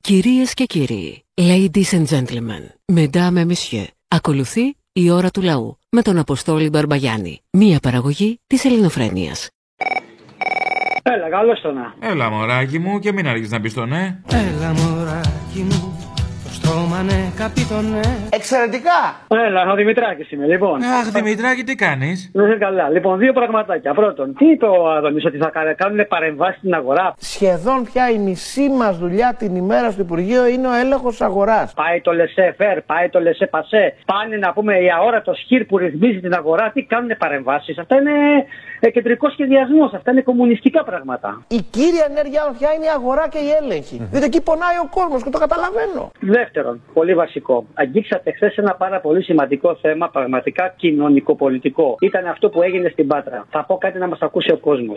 Κυρίες και κύριοι, ladies and gentlemen, mesdames et messieurs, ακολουθεί η ώρα του λαού με τον Αποστόλη Μπαρμπαγιάννη, μία παραγωγή της ελληνοφρένειας. Έλα, καλώ το να. Έλα μωράκι μου και μην αργείς να πεις το ναι. Έλα μωράκι μου, το στόμα ναι, καπί το ναι. Εξαιρετικά! Έλα, ο Δημητράκης είμαι, λοιπόν. Αχ Δημητράκη τι κάνεις. Δεν είναι καλά. Λοιπόν, δύο πραγματάκια. Πρώτον, τι είπε ο Αδωνή ότι θα κάνουν παρεμβάσεις στην αγορά. Σχεδόν πια η μισή μας δουλειά την ημέρα στο Υπουργείο είναι ο έλεγχος αγοράς. Πάει το λεσέ φερ, πάει το λεσέ πασέ. Πάνε να πούμε η αόρατος χείρ που ρυθμίζει την αγορά, τι κάνουν παρεμβάσεις. Αυτά είναι ε, κεντρικός σχεδιασμός, αυτά είναι κομμουνιστικά πράγματα. Η κύρια ενέργειά μα πια είναι η αγορά και η έλεγχη. Διότι εκεί πονάει ο κόσμος και το καταλαβαίνω. Δεύτερον, πολύ βασικό. Αγγίξατε χθες ένα πάρα πολύ σημαντικό θέμα, πραγματικά κοινωνικοπολιτικό. Ήταν αυτό που έγινε στην Πάτρα. Θα πω κάτι να μας ακούσει ο κόσμος.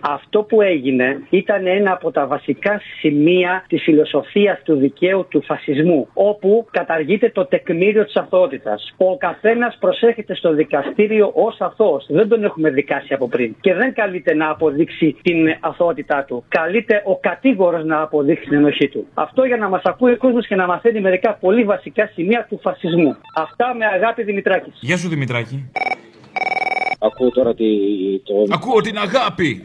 Αυτό που έγινε ήταν ένα από τα βασικά σημεία της φιλοσοφίας του δικαίου του φασισμού, όπου καταργείται το τεκμήριο της αθωότητας. Ο καθένας προσέρχεται στο δικαστήριο ως αθώος. Δεν τον έχουμε δικάσει από πριν. Και δεν καλείται να αποδείξει την αθωότητά του. Καλείται ο κατήγορος να αποδείξει την ενοχή του. Αυτό για να μας ακούει ο κόσμος και να μαθαίνει μερικά πολύ βασικά σημεία του φασισμού. Αυτά με αγάπη Δημητράκης. Γεια σου Δημητράκη. Ακούω τώρα τη, το... Ακούω την αγάπη.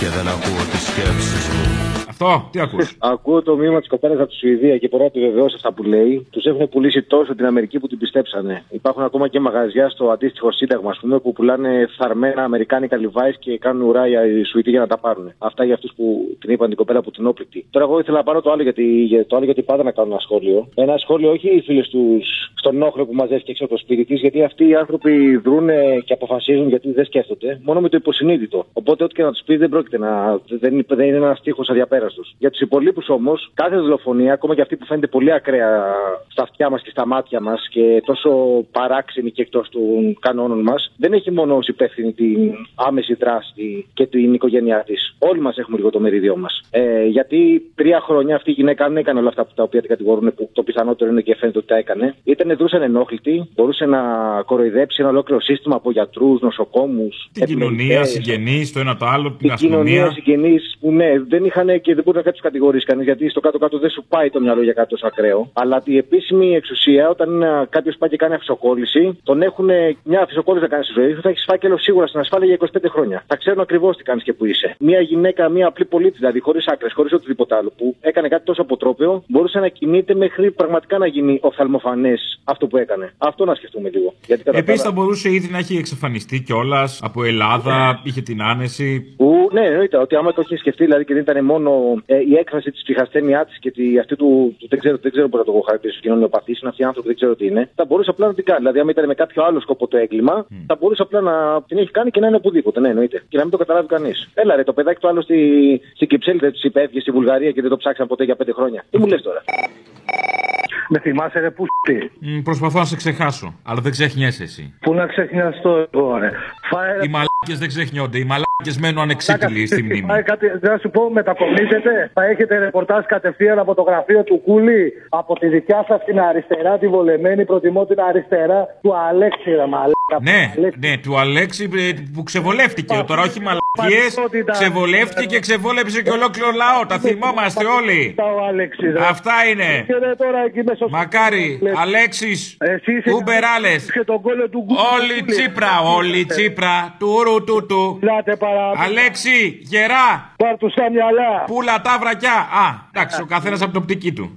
Και δεν ακούω τις σκέψεις μου. Αυτό, τι ακούς. Ακούω το μήνυμα της κοπέλας από τη Σουηδία και μπορώ να τη βεβαιώσω αυτά που λέει. Τους έχουν πουλήσει τόσο την Αμερική που την πιστέψανε. Υπάρχουν ακόμα και μαγαζιά στο αντίστοιχο Σύνταγμα, ας πούμε, που πουλάνε φθαρμένα αμερικάνικα λιβάη και κάνουν ουρά οι Σουηδοί για να τα πάρουν. Αυτά για αυτούς που την είπαν την κοπέλα που την όπλητη. Τώρα, εγώ ήθελα να πάρω το άλλο γιατί, για το άλλο γιατί πάντα να κάνω ένα σχόλιο. Ένα σχόλιο όχι οι φίλες τους στον όχλο που μαζεύει και έξω από το σπίτι της, γιατί αυτοί οι άνθρωποι δρούν και αποφασίζουν γιατί δεν σκέφτονται, μόνο με το υποσυνείδητο. Οπότε, ό,τι και να τους πει, δεν πρόκειται να. Δεν, δεν είναι ένας τείχο αδιαπέραστο. Για τους υπολείπους όμως, κάθε δολοφονία, ακόμα και αυτή που φαίνεται πολύ ακραία στα αυτιά μας και στα μάτια μας και τόσο παράξενη και εκτός των κανόνων μας, δεν έχει μόνο ως υπεύθυνη την άμεση δράση και την οικογένειά της. Όλοι μας έχουμε λίγο το μερίδιό μας. Ε, γιατί τρία χρόνια αυτή η γυναίκα δεν έκανε όλα αυτά που τα οποία την κατηγορούν, που το πιθανότερο είναι και φαίνεται ότι τα έκανε. Ήταν δρούσαν ενόχλητη, μπορούσε να κοροϊδέψει ένα ολόκληρο σύστημα από γιατρούς, νοσοκόμους. Την κοινωνία, συγγενείς, το ένα το άλλο, την ε, κοινωνία αστυνομία. συγγενείς που ναι, δεν είχαν και δεν μπορούν να του κατηγορήσει κανείς γιατί στο κάτω-κάτω δεν σου πάει το μυαλό για κάτι τόσο ακραίο. Αλλά η επίσημη εξουσία, όταν κάποιος πάει και κάνει αυσοκόλληση, τον έχουν μια αυσοκόλληση να κάνει στη ζωή σου, θα έχεις φάκελο σίγουρα στην ασφάλεια για 25 χρόνια. Θα ξέρουν ακριβώς τι κάνεις και που είσαι. Μια γυναίκα, μια απλή πολίτη, δηλαδή χωρίς άκρες, χωρίς οτιδήποτε άλλο, που έκανε κάτι τόσο αποτρόπαιο, μπορούσε να κινείται μέχρι πραγματικά να γίνει οφθαλμοφανές αυτό που έκανε. Αυτό να σκεφτούμε λίγο. Γιατί κατά Επίση τα θα άλλα- μπορούσε ήδη να έχει εξαφανιστεί κιόλας από Ελλάδα, είχε την άνεση. Ου, ναι, εννοείται ότι άμα το είχε σκεφτεί δηλαδή και δεν ήταν μόνο ε, η έκφραση της ψυχασθένειά της και τη, αυτή του, του, δεν ξέρω, δεν ξέρω πώς να το χαρακτηρίσω κοινωνιοπαθή, είναι αυτοί οι άνθρωποι, δεν ξέρω τι είναι. Θα μπορούσε απλά να την κάνει. Δηλαδή, άμα ήταν με κάποιο άλλο σκοπό το έγκλημα, θα μπορούσε απλά να την έχει κάνει και να είναι οπουδήποτε. Ναι, εννοείται. Και να μην το καταλάβει κανείς. Έλα ρε, το παιδάκι του άλλο στη, στην Κυψέλη δεν τους υπέφυγε στη Βουλγαρία και δεν το ψάξαν ποτέ για πέντε χρόνια. Τι μου λες τώρα. Με θυμάσαι ρε που σ***τι. Μ, Προσπαθώ να σε ξεχάσω, αλλά δεν ξεχνιέσαι εσύ. Πού να ξεχνιαστώ εγώ ρε. Φάε ρε Οι μαλάκες δεν ξεχνιόνται. Οι μαλάκες μένουν μαλάκα. ανεξίτηλοι στη μνήμη. Φάε κάτι, να σου πω, μετακομίζετε. Θα έχετε ρεπορτάζ κατευθείαν από το γραφείο του Κούλη. Από τη δικιά σας την αριστερά, τη βολεμένη. Προτιμώ την αριστερά του Αλέξη, ρε μαλάκα. Ναι, Αλέξη. ναι, του Αλέξη ε, που ξεβολεύτηκε. Τώρα όχι μαλακίες, Παρελθότητα. ξεβολεύτηκε και ξεβόλεψε και ολόκληρο λαό. Τα θυμόμαστε όλοι. Ο ε. Αλέξης, ρε. Αυτά είναι. Και ρε, τώρα εκεί μέσα στο- Μακάρι, Λες, Αλέξης, Εσύ είσαι. Ούμπερ Άλες, Και τον κόλλο του Κούλη. όλοι Τσίπρα, Ε. όλοι Τσίπρα, τουρου του του. Μιλάτε παρά. Αλέξη, γερά, Πάρ' του στα μυαλά. πουλα τα βρακιά. Α, εντάξει, ο καθένας από την οπτική του.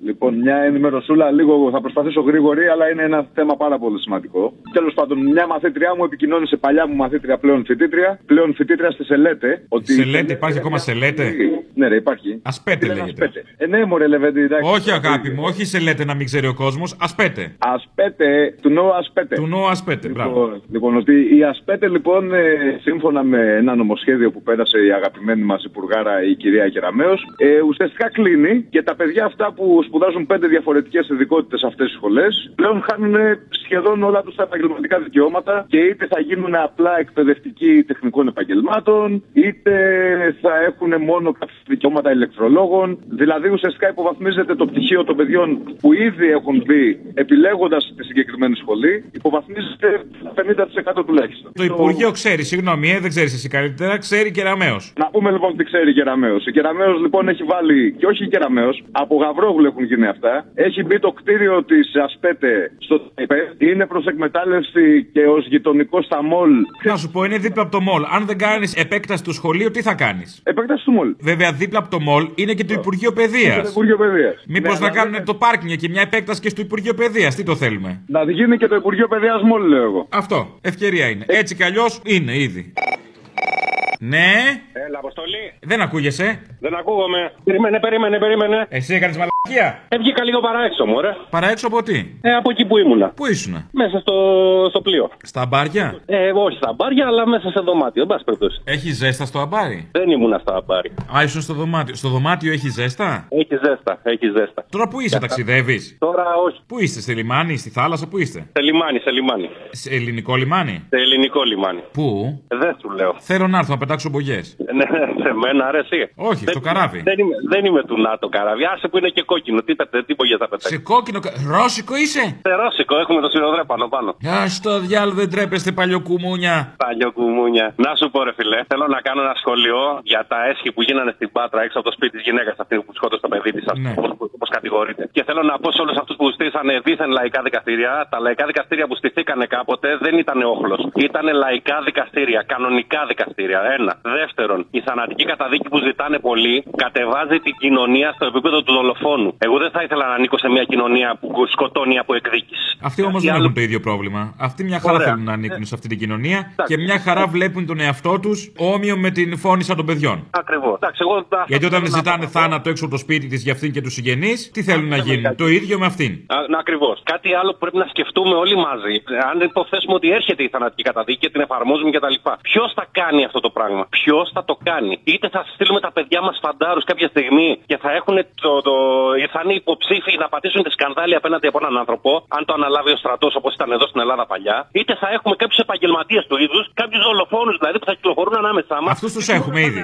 Λοιπόν, μια ενημερωσούλα, λίγο θα προσπαθήσω γρήγορη, αλλά είναι ένα θέμα πάρα πολύ σημαντικό. Τέλος πάντων, μια μαθήτριά μου επικοινώνησε παλιά μου μαθήτρια πλέον φοιτήτρια, πλέον φοιτήτρια στη Σελέτε. Ότι Σελέτε, υπάρχει ακόμα Σελέτε? Ναι, ρε, υπάρχει. Ασπέτε Λένε λέγεται. Ασπέτε. Ε, ναι, μωρέ, λεβέντη, εντάξει. Όχι, αγάπη μου, όχι σε λέτε να μην ξέρει ο κόσμος, ασπέτε. Ασπέτε, του νόου ασπέτε. Του νόου ασπέτε, μπράβο. Λοιπόν, λοιπόν, ότι η ΑΣΠΕΤΕ λοιπόν, ε, σύμφωνα με ένα νομοσχέδιο που πέρασε η αγαπημένη μας υπουργάρα η κυρία Κεραμέο, ε, ουσιαστικά κλείνει και τα παιδιά αυτά που σπουδάζουν πέντε διαφορετικές ειδικότητες σε αυτές τις σχολές, πλέον χάνουν ε, σχεδόν όλα τους τα επαγγελματικά δικαιώματα και είτε θα γίνουν απλά εκπαιδευτικοί τεχνικών επαγγελμάτων, είτε θα έχουν μόνο κάποιες δικαιώματα ηλεκτρολόγων. Δηλαδή ουσιαστικά υποβαθμίζεται το πτυχίο των παιδιών που ήδη έχουν μπει επιλέγοντας τη συγκεκριμένη σχολή. Υποβαθμίζεται 50% τουλάχιστον. Το Υπουργείο ξέρει, συγγνώμη, ε, δεν ξέρεις εσύ καλύτερα, ξέρει κεραμαίος. Να πούμε λοιπόν τι ξέρει η Κεραμαίος. Η Κεραμαίος λοιπόν έχει βάλει, και όχι η Κεραμαίος, από Γαβρόγλου έχουν γίνει αυτά. Έχει μπει το κτίριο της Ασπέτε στο ΤΕΠΕ. Είναι προς εκμετάλλευση και ως γειτονικό στα μολ. Να σου πω, είναι δίπλα από το μολ. Αν δεν κάνεις επέκταση του σχολείου, τι θα κάνεις. Επέκταση του μολ. Βέβαια, δίπλα από το μολ είναι Ε, και το Υπουργείο Στο Παιδεία. Υπουργείο Παιδείας. Μήπως Ναι, να κάνουν το πάρκινγκ και μια επέκταση και στο Υπουργείο Παιδείας. Τι το θέλουμε. Να γίνει και το Υπουργείο Παιδείας μόλι, λέω εγώ. Αυτό. Ευκαιρία είναι. Ε. Έτσι κι αλλιώς είναι ήδη. Ναι, Έλα, Αποστολή. δεν ακούγεσαι. Δεν ακούγομαι. Περίμενε, περίμενε, περίμενε. Εσύ έκανες μαλακία. Έβγηκα λίγο παράξω μου, ρε. Παραέξω από τι. Ε, από εκεί που ήμουνα. Πού ήσουνα. Μέσα στο, στο πλοίο. Στα μπάρια. Ε, όχι στα μπάρια, αλλά μέσα σε δωμάτιο. Εν πάση περιπτώσει. Έχει ζέστα στο αμπάρι. Δεν ήμουνα στα μπάρια. Α, ήσουν στο δωμάτιο. Στο δωμάτιο έχει ζέστα. Έχει ζέστα, έχει ζέστα. Τώρα που είσαι, ταξιδεύεις. Τώρα όχι. Πού είστε, σε λιμάνι, στη θάλασσα, πού είστε. Σε λιμάνι, σε λιμάνι. Σε ελληνικό λιμάνι. Σε ελληνικό λιμάνι. Πού. Δεν σου λέω. Θέλω να έρθω να πετάξω μπογιέ. Ναι, σε μένα αρέσει. Όχι, δεν, στο καράβι. Δεν είμαι, δεν είμαι του ΝΑΤΟ καράβι. Άσε που είναι και κόκκινο. Τι, τα- τι πογιέ θα πετάξεις. Σε κόκκινο. κα- Ρώσικο είσαι. Σε ρώσικο, έχουμε το σιροδρέ πάνω πάνω. Α το διάλογο δεν τρέπεστε, παλιοκουμούνια. Παλιό κουμούνια. Να σου πω, ρε φιλέ, θέλω να κάνω ένα σχολείο για τα έσχη που γίνανε στην Πάτρα έξω από το σπίτι της γυναίκας αυτή που σκότωσε το παιδί της, Ναι. όπω κατηγορείται. Και θέλω να πω σε όλους αυτούς που στήσανε δίθεν λαϊκά δικαστήρια, τα λαϊκά δικαστήρια που στηθήκανε κάποτε δεν ήταν όχλο. Ήταν λαϊκά δικαστήρια, κανονικά δικαστήρια. Ένα. Δεύτερον, η θανατική καταδίκη που ζητάνε πολλοί κατεβάζει την κοινωνία στο επίπεδο του δολοφόνου. Εγώ δεν θα ήθελα να ανήκω σε μια κοινωνία που σκοτώνει από εκδίκηση. Αυτοί όμως Γιατί δεν άλλο- έχουν το ίδιο πρόβλημα. Αυτοί μια χαρά Ωραία. Ναι. θέλουν να ανήκουν σε αυτή την κοινωνία Εντάξει. και μια χαρά βλέπουν τον εαυτό τους όμοιο με την φώνησα των παιδιών. Ακριβώς. Εντάξει, εγώ αυτό Γιατί όταν θέλω να ζητάνε πω. θάνατο έξω από το σπίτι της για αυτήν και τους συγγενείς, τι θέλουν να δεν με γίνουν. κάνει. Το ίδιο με αυτήν. Ακριβώς. Κάτι άλλο που πρέπει να σκεφτούμε όλοι μαζί. Ε, Αν υποθέσουμε ότι έρχεται η θανατική καταδίκη και την εφαρμόζουμε κτλ. Ποιος θα κάνει αυτό το πράγμα. Ποιος θα το κάνει. Είτε θα στείλουμε τα παιδιά μας φαντάρους κάποια στιγμή και θα έχουν το, το, θα είναι υποψήφοι να πατήσουν τη σκανδάλη απέναντι από έναν άνθρωπο, αν το αναλάβει ο στρατός όπως ήταν εδώ στην Ελλάδα παλιά. Είτε θα έχουμε κάποιους επαγγελματίες του είδους, κάποιους δολοφόνους δηλαδή που θα κυκλοφορούν ανάμεσά μας. Αυτούς τους έχουμε ήδη.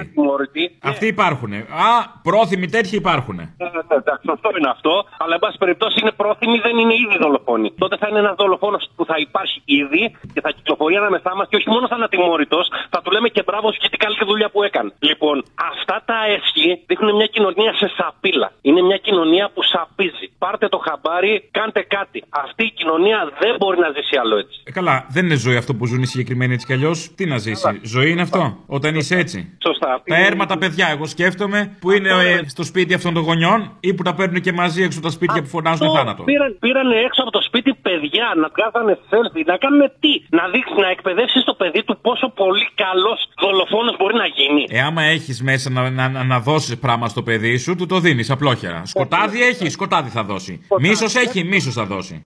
Αυτοί υπάρχουν. Α, πρόθυμοι τέτοιοι υπάρχουν. Ε, ναι, Εντάξει, αυτό είναι αυτό. Αλλά, εν πάση περιπτώσει, είναι πρόθυμοι, δεν είναι ήδη δολοφόνοι. Τότε θα είναι ένας δολοφόνος που θα υπάρχει ήδη και θα κυκλοφορεί ανάμεσά μας και όχι μόνο θα είναι ατιμόρυτος, θα του λέμε και μπράβο σου και τι καλή δουλειά που έκανε. Λοιπόν, αυτά τα έσχη δείχνουν μια κοινωνία σε σαπίλα. Είναι μια κοινωνία που σαπίζει. Πάρτε το χαμπάρι, κάντε κάτι. Αυτή η κοινωνία δεν μπορεί να ζήσει άλλο έτσι. Ε, Καλά, δεν είναι ζωή αυτό που ζουν οι συγκεκριμένοι έτσι κι αλλιώς. Τι να ζήσει. Ζωή είναι αυτό, όταν είσαι έτσι. Σωστά. Τα έρμα τα παιδιά, εγώ σκέφτομαι, που είναι ε, στο σπίτι αυτών των γονιών ή που τα παίρνουν και μαζί έξω από τα σπίτια που φωνάζουν Αυτό θάνατο. Πήραν, πήρανε έξω από το σπίτι παιδιά να βγάζανε selfie, να κάνουν τι, να δείξει, να εκπαιδεύσεις το παιδί του πόσο πολύ καλός δολοφόνος μπορεί να γίνει. Ε, άμα έχεις μέσα να, να, να, δώσει πράγμα στο παιδί σου, του το δίνεις απλόχερα. Σκοτάδι έχει, σκοτάδι θα δώσει. Μίσος έχει, μίσος θα δώσει.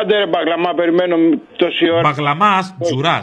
Άντε ρε μπαγλαμά, περιμένω τόση ώρα. Μπαγλαμά, τζουρά.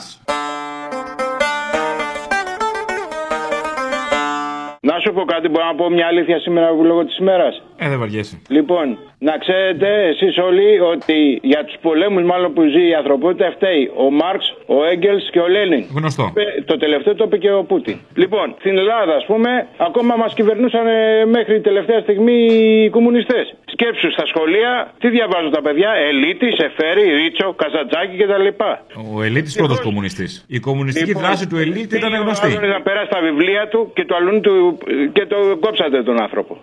Να σου πω κάτι, μπορώ να πω μια αλήθεια σήμερα λόγω της ημέρας. Ε, δεν βαριέσαι. Λοιπόν, να ξέρετε εσείς όλοι ότι για τους πολέμους μάλλον που ζει η ανθρωπότητα φταίει ο Μάρξ, ο Έγκελς και ο Λένιν. Γνωστό. Ε, Το τελευταίο το είπε και ο Πούτιν. Λοιπόν, στην Ελλάδα, ας πούμε, ακόμα μας κυβερνούσαν ε, μέχρι την τελευταία στιγμή οι κομμουνιστές. Σκέψου στα σχολεία, τι διαβάζουν τα παιδιά, Ελίτης, Εφέρη, Ρίτσο, Καζατζάκη κτλ. Ο Ελίτης πρώτος κομμουνιστής. Η κομμουνιστική Λοιπόν, δράση του Ελίτη ήταν πήγε ο γνωστή. Άδωνης να περάσει τα βιβλία του και το αλλού του και το κόψατε τον άνθρωπο.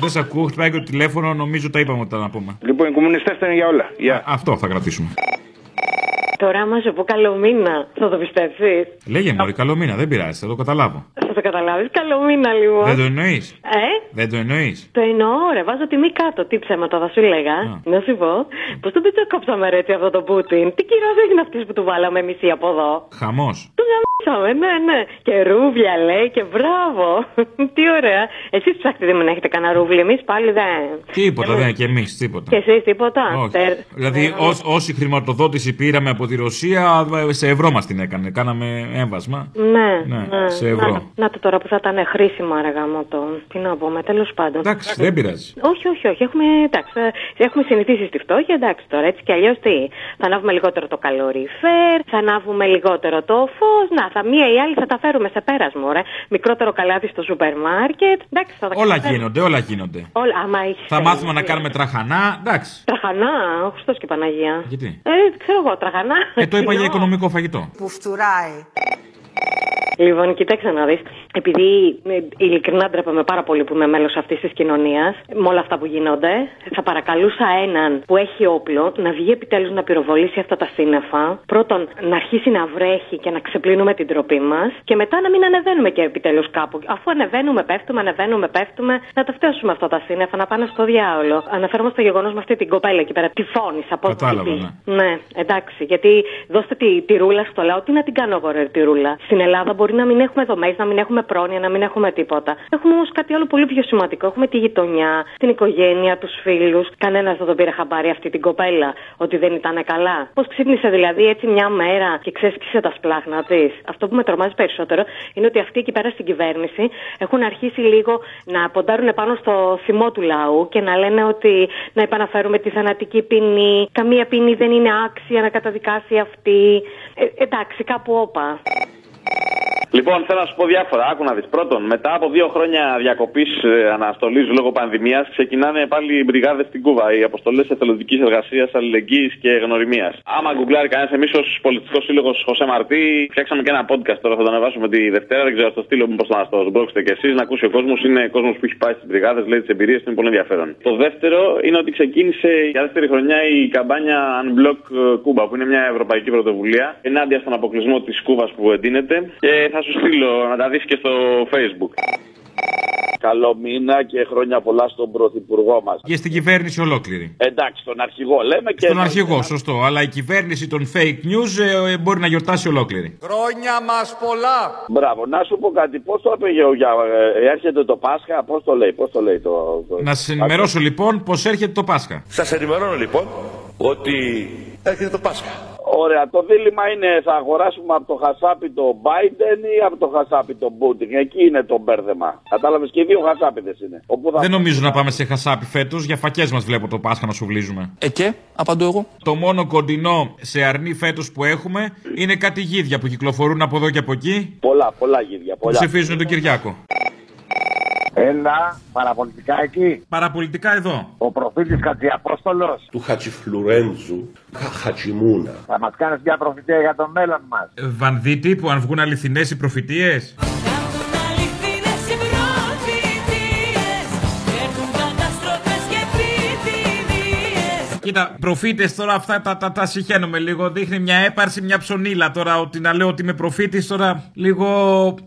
Δεν σε ακούω, χτυπάει και το τηλέφωνο, νομίζω τα είπαμε όταν να πούμε. Λοιπόν, οι κομμουνιστές φταίνουν για όλα. Γεια. Αυτό θα κρατήσουμε. Τώρα άμα σου πω καλό μήνα, θα το πιστέψεις. Λέγε μου, καλό μήνα, δεν πειράζει, θα το καταλάβω. Θα το καταλάβεις. Καλό μήνα λοιπόν. Δεν το εννοείς. Ε, Δεν το εννοείς. το εννοώ, ρε, βάζω τιμή κάτω. Τι ψέματα θα σου λέγα. Να. Να σου πω, πώς τον πετσοκόψαμε ρε, έτσι αυτό το Πούτιν. Τι κυρίω έγινε αυτή που του βάλαμε μισή από εδώ. Χαμός. Του γαμίσαμε, ναι, ναι. Και ρούβλια λέει και μπράβο. Τι ωραία. Εσείς ψάχτετε μην έχετε κανένα ρούβλι, εμείς πάλι δεν. Τίποτα, Εμείς- δεν και εμείς, Και τίποτα. εσείς τίποτα. Τερ- Όχι. Δηλαδή, Ναι. ως- όση χρηματοδότηση πήραμε από τη Ρωσία, σε ευρώ μας την έκανε. Κάναμε έμβασμα. Ναι, Ναι, ναι, σε ευρώ. Να, να το τώρα που θα ήταν χρήσιμο αργά μου το. Τι να πούμε, τέλος πάντων. Εντάξει, δεν πειράζει. Όχι, όχι, όχι. Έχουμε, εντάξει, θα- έχουμε συνηθίσει στη φτώχεια. Εντάξει τώρα, έτσι κι αλλιώς τι. Θα ανάβουμε λιγότερο το καλοριφέρ, θα ανάβουμε λιγότερο το φως. Να, θα μία ή άλλη θα τα φέρουμε σε πέρασμα, ωραία. Μικρότερο καλάθι στο σούπερ μάρκετ. Εντάξει, θα τα Όλα καταφέρουμε. γίνονται, όλα γίνονται. Όλα, άμα έχεις Θα θέληση. μάθουμε να κάνουμε τραχανά, εντάξει. Τραχανά, ο Χριστός και η Παναγία. Γιατί. Ε, ξέρω εγώ, τραχανά. Ε, το είπα για Κοινό. οικονομικό φαγητό. που φτουράει. Λοιπόν, κοιτάξτε να δεις. Επειδή ε, ειλικρινά ντρέπομαι πάρα πολύ που είμαι μέλος αυτής της κοινωνίας, με όλα αυτά που γίνονται, θα παρακαλούσα έναν που έχει όπλο να βγει επιτέλους να πυροβολήσει αυτά τα σύννεφα. Πρώτον, να αρχίσει να βρέχει και να ξεπλύνουμε την τροπή μας. Και μετά να μην ανεβαίνουμε και επιτέλους κάπου. Αφού ανεβαίνουμε, πέφτουμε, ανεβαίνουμε, πέφτουμε, να τα φτάσουμε αυτά τα σύννεφα, να πάνε στο διάολο. Αναφέρομαι στο γεγονός με αυτή την κοπέλα εκεί πέρα. Τη φώνησα, από ό,τι Κατάλαβα, είπε. ναι. Ναι, εντάξει. Γιατί δώστε τη, τη ρούλα στο λαό. Τι να την κάνω εγώ, ρε, τη ρούλα. Στην Ελλάδα μπορεί να μην έχουμε δομές, να μην έχουμε πρόνοια, να μην έχουμε τίποτα. Έχουμε όμως κάτι άλλο πολύ πιο σημαντικό. Έχουμε τη γειτονιά, την οικογένεια, τους φίλους. Κανένας δεν τον πήρε χαμπάρι αυτή την κοπέλα ότι δεν ήταν καλά. Πώς ξύπνησε δηλαδή έτσι μια μέρα και ξέσπισε τα σπλάχνα της. Αυτό που με τρομάζει περισσότερο είναι ότι αυτοί εκεί πέρα στην κυβέρνηση έχουν αρχίσει λίγο να ποντάρουν πάνω στο θυμό του λαού και να λένε ότι να επαναφέρουμε τη θανατική ποινή. Καμία ποινή δεν είναι άξια να καταδικάσει αυτή. Ε, εντάξει, κάπου όπα. Λοιπόν, θέλω να σου πω διάφορα. Άκου να δεις. Πρώτον, μετά από δύο χρόνια διακοπής αναστολής λόγω πανδημίας, ξεκινάνε πάλι οι μπριγάδες στην Κούβα. Οι αποστολές εθελοντικής εργασίας, αλληλεγγύης και γνωριμίας. Άμα γκουγκλάρει κανένας, εμείς ως πολιτικός σύλλογος Χωσέ Μαρτί, φτιάξαμε και ένα podcast τώρα. Θα το ανεβάσουμε τη Δευτέρα. Δεν ξέρω, στο στείλω μήπω να το σμπρώξετε κι εσείς. Να ακούσει ο κόσμος. Είναι κόσμος που έχει πάει στις μπριγάδες, λέει τις εμπειρίες, είναι πολύ ενδιαφέρον. Το δεύτερο είναι ότι ξεκίνησε για δεύτερη χρονιά η καμπάνια Unblock Cuba, που είναι μια ευρωπαϊκή πρωτοβουλία ενάντια στον αποκλεισμό της Κούβας που εντείνεται. Και θα σου στείλω να τα δεις και στο Facebook. Καλό μήνα και χρόνια πολλά στον Πρωθυπουργό μας. Και στην κυβέρνηση ολόκληρη. Εντάξει, στον αρχηγό λέμε και. ε, Στον αρχηγό, σωστό. Αλλά η κυβέρνηση των fake news ε, ε, μπορεί να γιορτάσει ολόκληρη. Χρόνια μας πολλά! Μπράβο, να σου πω κάτι. Πώς το έπαιγε ο Γιάννη, ε, έρχεται το Πάσχα, πώς το λέει, πώς το λέει το. το- Να σα ενημερώσω λοιπόν πώς έρχεται το Πάσχα. Σας ενημερώνω λοιπόν ότι έρχεται το Πάσχα. Ωραία, το δίλημα είναι θα αγοράσουμε από το χασάπι το Biden ή από το χασάπι το Putin. Εκεί είναι το μπέρδεμα. Κατάλαβες και οι δύο χασάπιδε είναι. Όπου θα... Δεν νομίζω να πάμε σε χασάπι φέτος. Για φακές μας βλέπω το Πάσχα να σουβλίζουμε. Ε, και, απαντώ εγώ. Το μόνο κοντινό σε αρνή φέτος που έχουμε είναι κάτι γίδια που κυκλοφορούν από εδώ και από εκεί. Πολλά, πολλά γύρια. Που Πολλά. ψηφίζουν τον Κυριάκο. Έλα, παραπολιτικά εκεί. Παραπολιτικά εδώ. Ο προφήτης Κατσιαπόστολος του Χατζιφλουρέντζου Χατζιμούνα. θα μας κάνεις μια προφητεία για το μέλλον μας. Ε, Βανδίτη που αν βγουν αληθινές οι προφητείες. Κοίτα, προφήτε τώρα αυτά τα, τα, τα συχαίνομαι λίγο. Δείχνει μια έπαρση, μια ψωνίλα τώρα. Ότι να λέω ότι είμαι προφήτης τώρα λίγο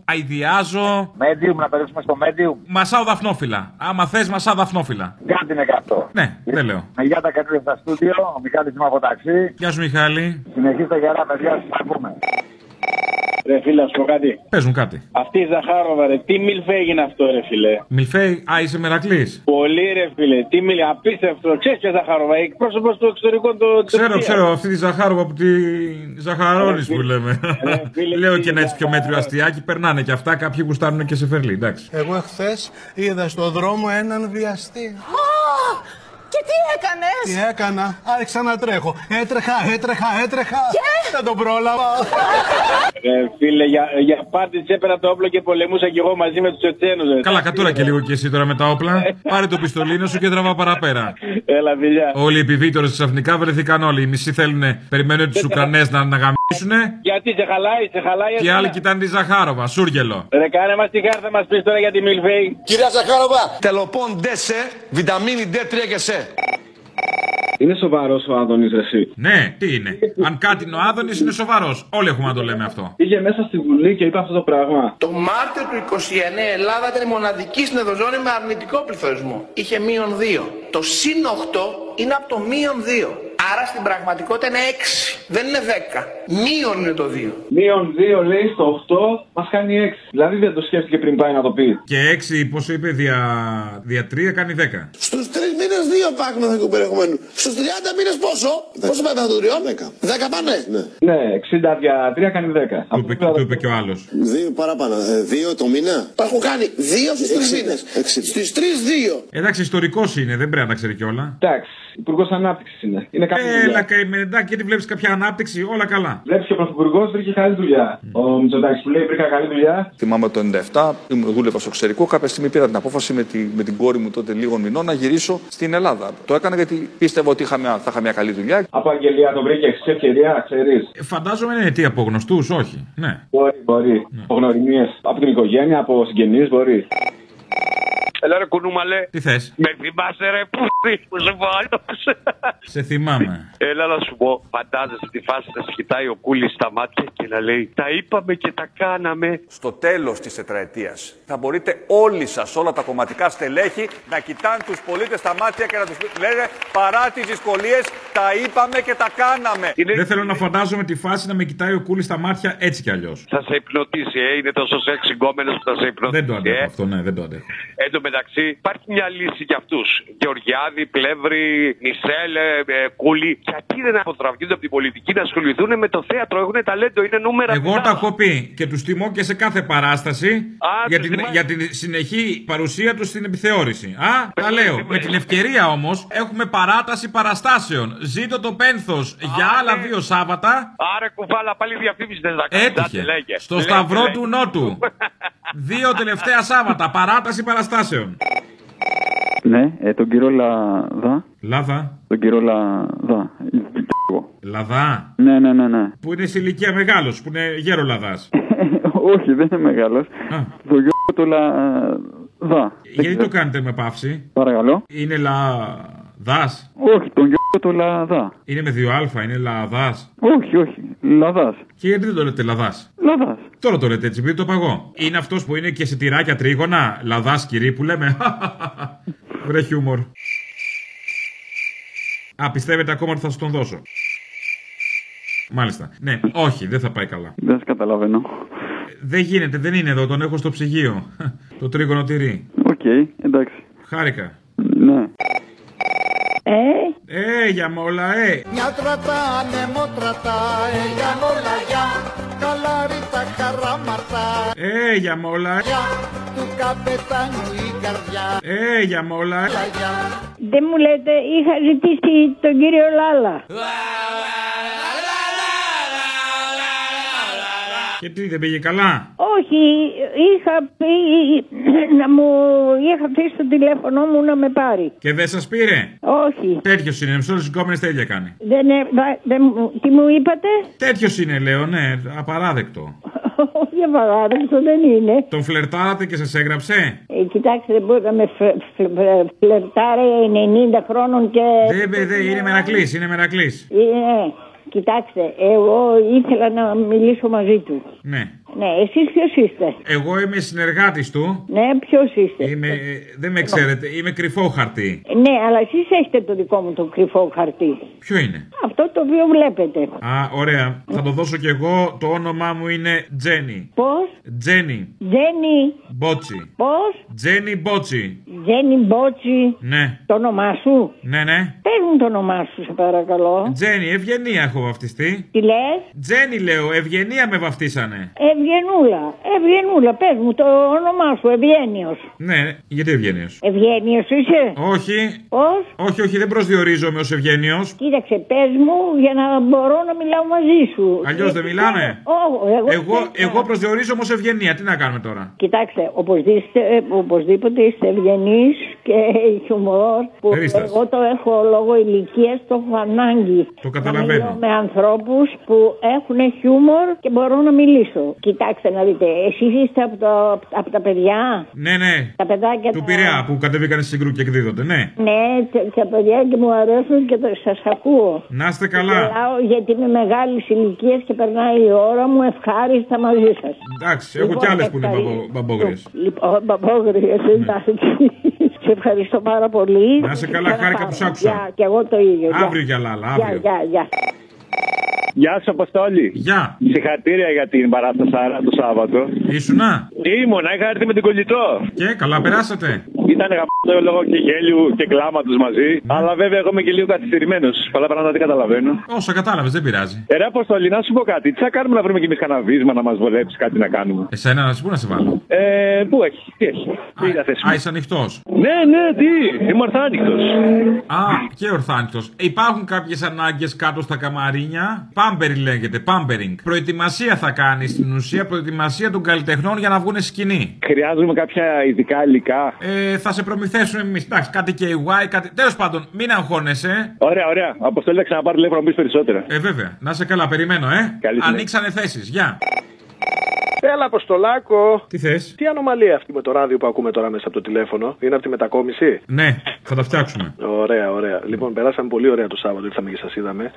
αηδιάζω. Medium, να περάσουμε στο medium. Μασάω δαφνόφυλλα. Άμα θες, μασάω δαφνόφυλλα. Κάτι είναι κάτω. Ναι, δεν λέω. Με Γιάντα Κατρίνη στα στούντιο, ο Μιχάλης μου από ταξί. Γεια σου, Μιχάλη. Συνεχίστε γερά, παιδιά, σας πούμε. Ρε φίλε, να σου πω κάτι. Πες μου κάτι. Αυτή η Ζαχάροβα, ρε, τι μιλφέ έγινε αυτό, ρε φίλε. Μιλφέη, α, είσαι μερακλής. Πολύ ρε φίλε, τι μιλ, απίστευτο. Ξέρεις ποια Ζαχάροβα, η εκπρόσωπος του εξωτερικού του. Ξέρω, ξέρω, αυτή τη Ζαχάροβα από τη Ζαχαρόνη Ε, που λέμε. Λέω και ένα έτσι πιο μέτριο αστιάκι, περνάνε και αυτά. Κάποιοι γουστάρουν και σε φερλί, εντάξει. Εγώ εχθές είδα στο δρόμο έναν βιαστή. Και τι έκανες! Τι έκανα, άρχισα να τρέχω. Έτρεχα, έτρεχα, έτρεχα. Δεν τον πρόλαβα. Ρε φίλε, για, για πάρτι τσέπερα το όπλο και πολεμούσα κι εγώ μαζί με τους Τσετσένου. Καλά, κατούρα και λίγο και εσύ τώρα με τα όπλα. Πάρε το πιστολίνο σου και τραβά παραπέρα. Ναι. Έλα, φιλιά. Όλοι οι επιβίτορες ξαφνικά βρεθήκαν όλοι. Οι μισοί θέλουν, περιμένουν τους Ουκρανές να, να γαμίσουνε Γιατί σε χαλάει, σε χαλάει. και οι εσένα. άλλοι κοιτάνε τη Ζαχάροβα, σούργελο. Ρε κάνε μας την κάρτα μας πεις τώρα για τη Μιλφέη. Κυρία Ζαχάροβα. Τελοπών ντεσέ, βιταμίνη D3 και σε. Είναι σοβαρός ο Άδωνης, εσύ. Ναι, τι είναι. Αν κάτι είναι ο Άδωνης, είναι σοβαρός. Όλοι έχουμε να το λέμε αυτό. Πήγε μέσα στη Βουλή και είπε αυτό το πράγμα. Το Μάρτιο του 29 η Ελλάδα ήταν η μοναδική στην Ευρωζώνη με αρνητικό πληθωρισμό. Είχε μείον 2. Το συν 8 είναι από το μείον 2. Άρα στην πραγματικότητα είναι 6. Δεν είναι 10. Μείον είναι το 2. Μείον 2 λέει στο 8, μας κάνει 6. Δηλαδή δεν το σκέφτηκε πριν πάει να το πει. Και 6, πόσο είπε, δια, δια 3 κάνει 10. Στους τρεις μήνες δύο υπάρχουν ανθρακικού περιεχομένου. Στου 30 μήνες πόσο, πόσο πέθανε των τριών, 10 πάνε. Ναι. Ναι, 60 για 3 κάνει 10. Του είπε, του είπε και ο άλλος. Δύο παραπάνω. Ε, δύο το μήνα. Έχουν κάνει δύο στους τρεις μήνε. Στις τρεις δύο. Εντάξει, ιστορικός είναι, δεν πρέπει να τα ξέρει κιόλα. Εντάξει, υπουργός ανάπτυξης είναι. Είναι κάποιο. Έλα, καημεντά, και τι βλέπεις κάποια ανάπτυξη, όλα καλά. Βλέπεις και ο πρωθυπουργός βρήκε καλή δουλειά. Ο Μητσοτάκης που λέει βρήκα καλή δουλειά. Θυμάμαι το 97, ήμουν- δούλευα στο εξωτερικό. Κάποια στιγμή πήρα την απόφαση με, τη, με την κόρη μου τότε λίγων μηνών να γυρίσω στην Ελλάδα. Το έκανα γιατί πίστευα ότι είχα μια, θα είχα μια καλή δουλειά. Από Αγγελία το βρήκε σε ευκαιρία, ξέρεις. Φαντάζομαι είναι αιτία από γνωστούς, όχι. Ναι. Μπορεί, μπορεί. Από γνωριμίες. Από την οικογένεια, από συγγενείς μπορεί. Έλα ρε κουνούμαλε. Τι θες, Με θυμάσαι ρε πούστη που σε βάλω. σε θυμάμαι. Έλα να σου πω, φαντάζεσαι τη φάση να σε κοιτάει ο κούλης στα μάτια και να λέει Τα είπαμε και τα κάναμε. Στο τέλος της τετραετίας θα μπορείτε όλοι σας, όλα τα κομματικά στελέχη, να κοιτάνε τους πολίτες στα μάτια και να τους λένε παρά τις δυσκολίες τα είπαμε και τα κάναμε. Δεν θέλω να φαντάζομαι τη φάση να με κοιτάει ο κούλης στα μάτια έτσι κι αλλιώς. Θα σε υπνοτίσει, ε. είναι τόσο σεξ γκόμενος που θα σε υπνοτίσει. Δεν το Ε. αντέχω αυτό, ναι, δεν το αντέχω. Εν τω μεταξύ, υπάρχει μια λύση για αυτούς. Γεωργιάδη, Πλεύρη, Μισελ, ε, ε, Κούλη. Γιατί δεν αποτραβιούνται από την πολιτική να ασχοληθούν με το θέατρο. Έχουν ταλέντο, είναι νούμερα. Εγώ τα έχω πει και τους τιμώ και σε κάθε παράσταση για, τους την, τιμάς. για την συνεχή παρουσία τους στην επιθεώρηση. Α, τα λέω. Με την ευκαιρία όμως έχουμε παράταση παραστάσεων. Ζήτω το πένθος για άλλα δύο Σάββατα. Άρα κουβάλα, πάλι διαφήμιση δεν θα κάνεις. Άντε, Έτυχε. λέγε. Στο Λέγε, Σταυρό λέγε. του Νότου. δύο τελευταία Σάββατα. Παράταση παραστάσεων. Ναι, ε, τον κύριο Λαδά. Λάδα. Τον κύριο Λαδά. Λαδά. Ναι, ναι, ναι, ναι. Ε, Που είναι σε ηλικία μεγάλος, που είναι γέρο Λαδάς. Όχι, δεν είναι μεγάλος. Το γιο του Λαδά. Γιατί το κάνετε με παύση. Παρακαλώ. Είναι Λαδάς. Όχι, τον γιο του Λαδά. Είναι με δύο Α, είναι Λαδάς. Όχι, όχι. Λαδάς. Και γιατί δεν το λέτε Λαδάς. Λαδάς. Τώρα το λέτε έτσι, επειδή το παγώ. Είναι αυτός που είναι και σε τυράκια τρίγωνα, λαδάς κυρί που λέμε. Βρε χιούμορ. Α, πιστεύετε ακόμα ότι θα σου τον δώσω. Μάλιστα. Ναι, όχι, δεν θα πάει καλά. Δεν σε καταλαβαίνω. Δεν γίνεται, δεν είναι εδώ, τον έχω στο ψυγείο. Το τρίγωνο τυρί. Οκ, εντάξει. Χάρηκα. Ναι. Ε, Ε, για μόλα, ε. Μια τρατά, ανεμότρατα, έλια μολαγιά, καλάρι τα χαράματα, Ε, για μόλα. του καπετάνιου η καρδιά. Ε, για μόλα. ε. δεν μου λέτε, είχα ζητήσει τον κύριο Λάλα. Και τι, δεν πήγε καλά. Όχι, είχα πει να μου είχα αφήσει το τηλέφωνο μου να με πάρει. Και δεν σας πήρε. Όχι. Τέτοιος είναι, μισό λεπτό τέτοια κάνει. Δεν, ε, βα- δεν μου- τι μου είπατε? Τέτοιος είναι, λέω, ναι, απαράδεκτο. Όχι, απαράδεκτο δεν είναι. Τον φλερτάρατε και σας έγραψε. Ε, κοιτάξτε, δεν μπορεί να με φλε- φλε- φλε- φλερτάρει 90 χρόνων και. Δεν, δεν, δεν, είναι μερακλής, είναι μερακλής. Ε, κοιτάξτε, εγώ ήθελα να μιλήσω μαζί του. Ναι. Ναι, εσείς ποιος είστε. Εγώ είμαι συνεργάτης του. Ναι, ποιος είστε. Είμαι, ε, δεν με ξέρετε, είμαι κρυφό χαρτί. Ναι, αλλά εσείς έχετε το δικό μου το κρυφό χαρτί. Ποιο είναι. Αυτό το οποίο βλέπετε. Α, ωραία. Θα το δώσω κι εγώ. Το όνομά μου είναι Τζένι. Πώς, Τζένι Τζένι, Μπότσι. πώς, Τζένι Μπότσι. Τζένι Μπότσι, Ναι, το όνομά σου. ναι, ναι. Πες μου το όνομά σου, σε παρακαλώ. Τζένι, ευγενία έχω βαφτιστεί. Τι λες, Τζένι λέω, ευγενία με βαφτίσανε. Ευγενούλα, Ευγενούλα, πες μου το όνομά σου, Ευγένιος. Ναι, γιατί ευγενία σου. Ευγένιος είσαι, Όχι, πώς. όχι, όχι, δεν προσδιορίζομαι ως ευγένιος. Κοίταξε, πες μου για να μπορώ να μιλάω μαζί σου. Αλλιώς δεν μιλάμε. Ω, εγώ, Εγώ, εγώ προσδιορίζομαι ω ευγενία. Τι να κάνουμε τώρα. Κοιτάξτε, οπωσδήποτε, οπωσδήποτε είστε ευγενείς και χιουμορ που Περίστας. εγώ το έχω λόγω ηλικίας, το έχω ανάγκη. Το καταλαβαίνω. Να μιλώ με ανθρώπους που έχουν χιούμορ και μπορώ να μιλήσω. Κοιτάξτε να δείτε, εσείς είστε από, το, από τα παιδιά, Ναι, ναι. τα παιδάκια Του τα- Πειραιά που κατέβηκαν στην κρού και εκδίδονται. Ναι. Ναι, τα- τα παιδιά και μου αρέσουν και σας ακούω. Να είστε καλά. Μιλάω γιατί είμαι μεγάλης ηλικίας και περνάει η ώρα μου ευχάριστα μαζί σας. Εντάξει, έχω Λοιπόν, κι άλλες που είναι ευχαρι- μπαμπο- μπαμπόγριες. Λοιπόν, μπαμπόγριε, εντάξει. Σε ευχαριστώ πάρα πολύ. Ναι. Να είσαι καλά, χάρηκα που σ' άκουσα. Γεια, και εγώ το ίδιο. γεια. Αύριο για λάλα, Γεια, αύριο. γεια, γεια. Γεια σου, Αποστόλη. Γεια. Συγχαρητήρια για την παράσταση άρα το Σάββατο. Ήσουνα. Ήμουνα, είχα έρθει με την κολλητό. Και καλά περάσατε. Ήταν γαμπτό λόγω και γέλιου και κλάματος μαζί. Αλλά βέβαια εγώ είμαι και λίγο καθυστερημένος. Πολλά πράγματα δεν καταλαβαίνω. Όσο κατάλαβες, δεν πειράζει. Ε, ρε Αποστολή, να σου πω κάτι. Τι θα κάνουμε να βρούμε κι εμείς κανένα βίσμα να μας βολέψει κάτι να κάνουμε. Εσένα να σου πού να σε βάλω. Ε, πού έχει, τι έχει. Τι είναι θες. Α, είσαι ανοιχτός. Ναι, ναι, τι. Είμαι ορθάνικτο. Α, και ορθάνικτο. Υπάρχουν κάποιες ανάγκες κάτω στα καμαρίνια. Πάμπερι λέγεται, pampering. Προετοιμασία θα κάνεις στην ουσία, προετοιμασία των καλλιτεχνών για να βγουν σκηνή. Χρειάζομαι κάποια ειδικά υλικά. Ε, θα σε προμηθέσουμε εμείς. Εντάξει, κάτι KY, κάτι. Τέλος πάντων, μην αγχώνεσαι. Ωραία, ωραία. Αποστολή θα ξαναπάρει τηλέφωνο να μου πεις περισσότερα. Ε, βέβαια. Να σε καλά, περιμένω, ε. Καλή συνέχεια. Ανοίξανε θέσεις. Γεια. Έλα, Αποστολάκο. Τι θες? Τι ανομαλία αυτή με το ράδιο που ακούμε τώρα μέσα από το τηλέφωνο. Είναι από τη μετακόμιση. Ναι, θα τα φτιάξουμε. Ωραία, ωραία. Λοιπόν, περάσαμε πολύ ωραία το Σάββατο, ήρθαμε και σας είδαμε.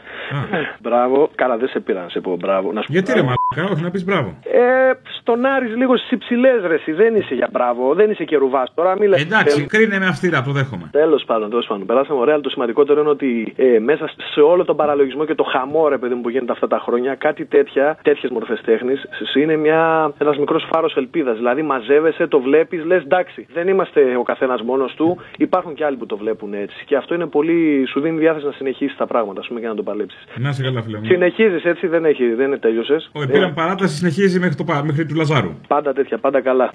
Μπράβο. Καλά, δεν σε πήρα να σε πω μπράβο. Να σου πω Γιατί ρε μπράβο. μαλακά, όχι να πεις μπράβο. Ε, στον Άρης λίγο στις υψηλές ρεσί. Δεν είσαι για μπράβο, δεν είσαι και ρουβάς τώρα. Μη λες- Ε, Εντάξει, κρίνε με αυστηρά, το δέχομαι. Τέλος πάντων, τέλος πάντων. Περάσαμε ωραία, αλλά το σημαντικότερο είναι ότι ε, μέσα σε όλο τον παραλογισμό και το χαμό, ρε παιδί μου, που γίνεται αυτά τα χρόνια, κάτι τέτοια, τέτοιες μορφές τέχνης, είναι μια, ένας μικρός φάρος ελπίδας. Δηλαδή, μαζεύεσαι, το βλέπεις, λες εντάξει, δεν είμαστε ο καθένας μόνος του, υπάρχουν και άλλοι που το βλέπουν έτσι. Και αυτό είναι πολύ, σου δίνει διάθεση να συνεχίσεις τα πράγματα, ας πούμε, και να το παλέψεις. Να σε καλά, φίλε μου. Συνεχίζεις έτσι, δεν, έχει, δεν τελείωσε. Όχι, πήραν παράταση, συνεχίζει μέχρι, το, πα- μέχρι του Λαζάρου. Πάντα τέτοια, πάντα καλά.